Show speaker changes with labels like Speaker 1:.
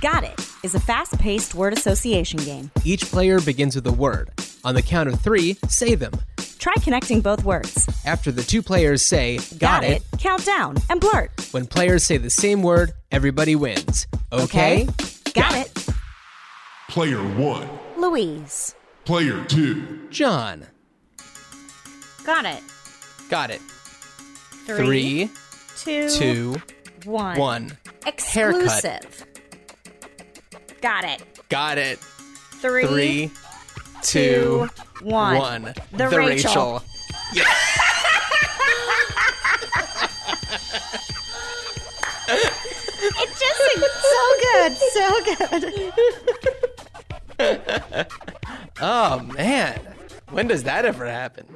Speaker 1: Got It is a fast paced word association game.
Speaker 2: Each player begins with a word. On the count of three, say them.
Speaker 1: Try connecting both words.
Speaker 2: After the two players say, Got, it,
Speaker 1: count down, and blurt.
Speaker 2: when players say the same word, everybody wins. Okay?
Speaker 1: Got it.
Speaker 3: Player one,
Speaker 1: Louise.
Speaker 3: player two,
Speaker 2: John.
Speaker 1: Got it.
Speaker 2: Got it.
Speaker 1: Three,
Speaker 2: Three,
Speaker 1: two, one.
Speaker 2: two, one.
Speaker 1: Exclusive. Got it.
Speaker 2: Got it.
Speaker 1: Three,
Speaker 2: Three,
Speaker 1: two,
Speaker 2: two,
Speaker 1: one.
Speaker 2: one.
Speaker 1: The, Rachel. It just so good, so good.
Speaker 2: Oh, man. When does that ever happen?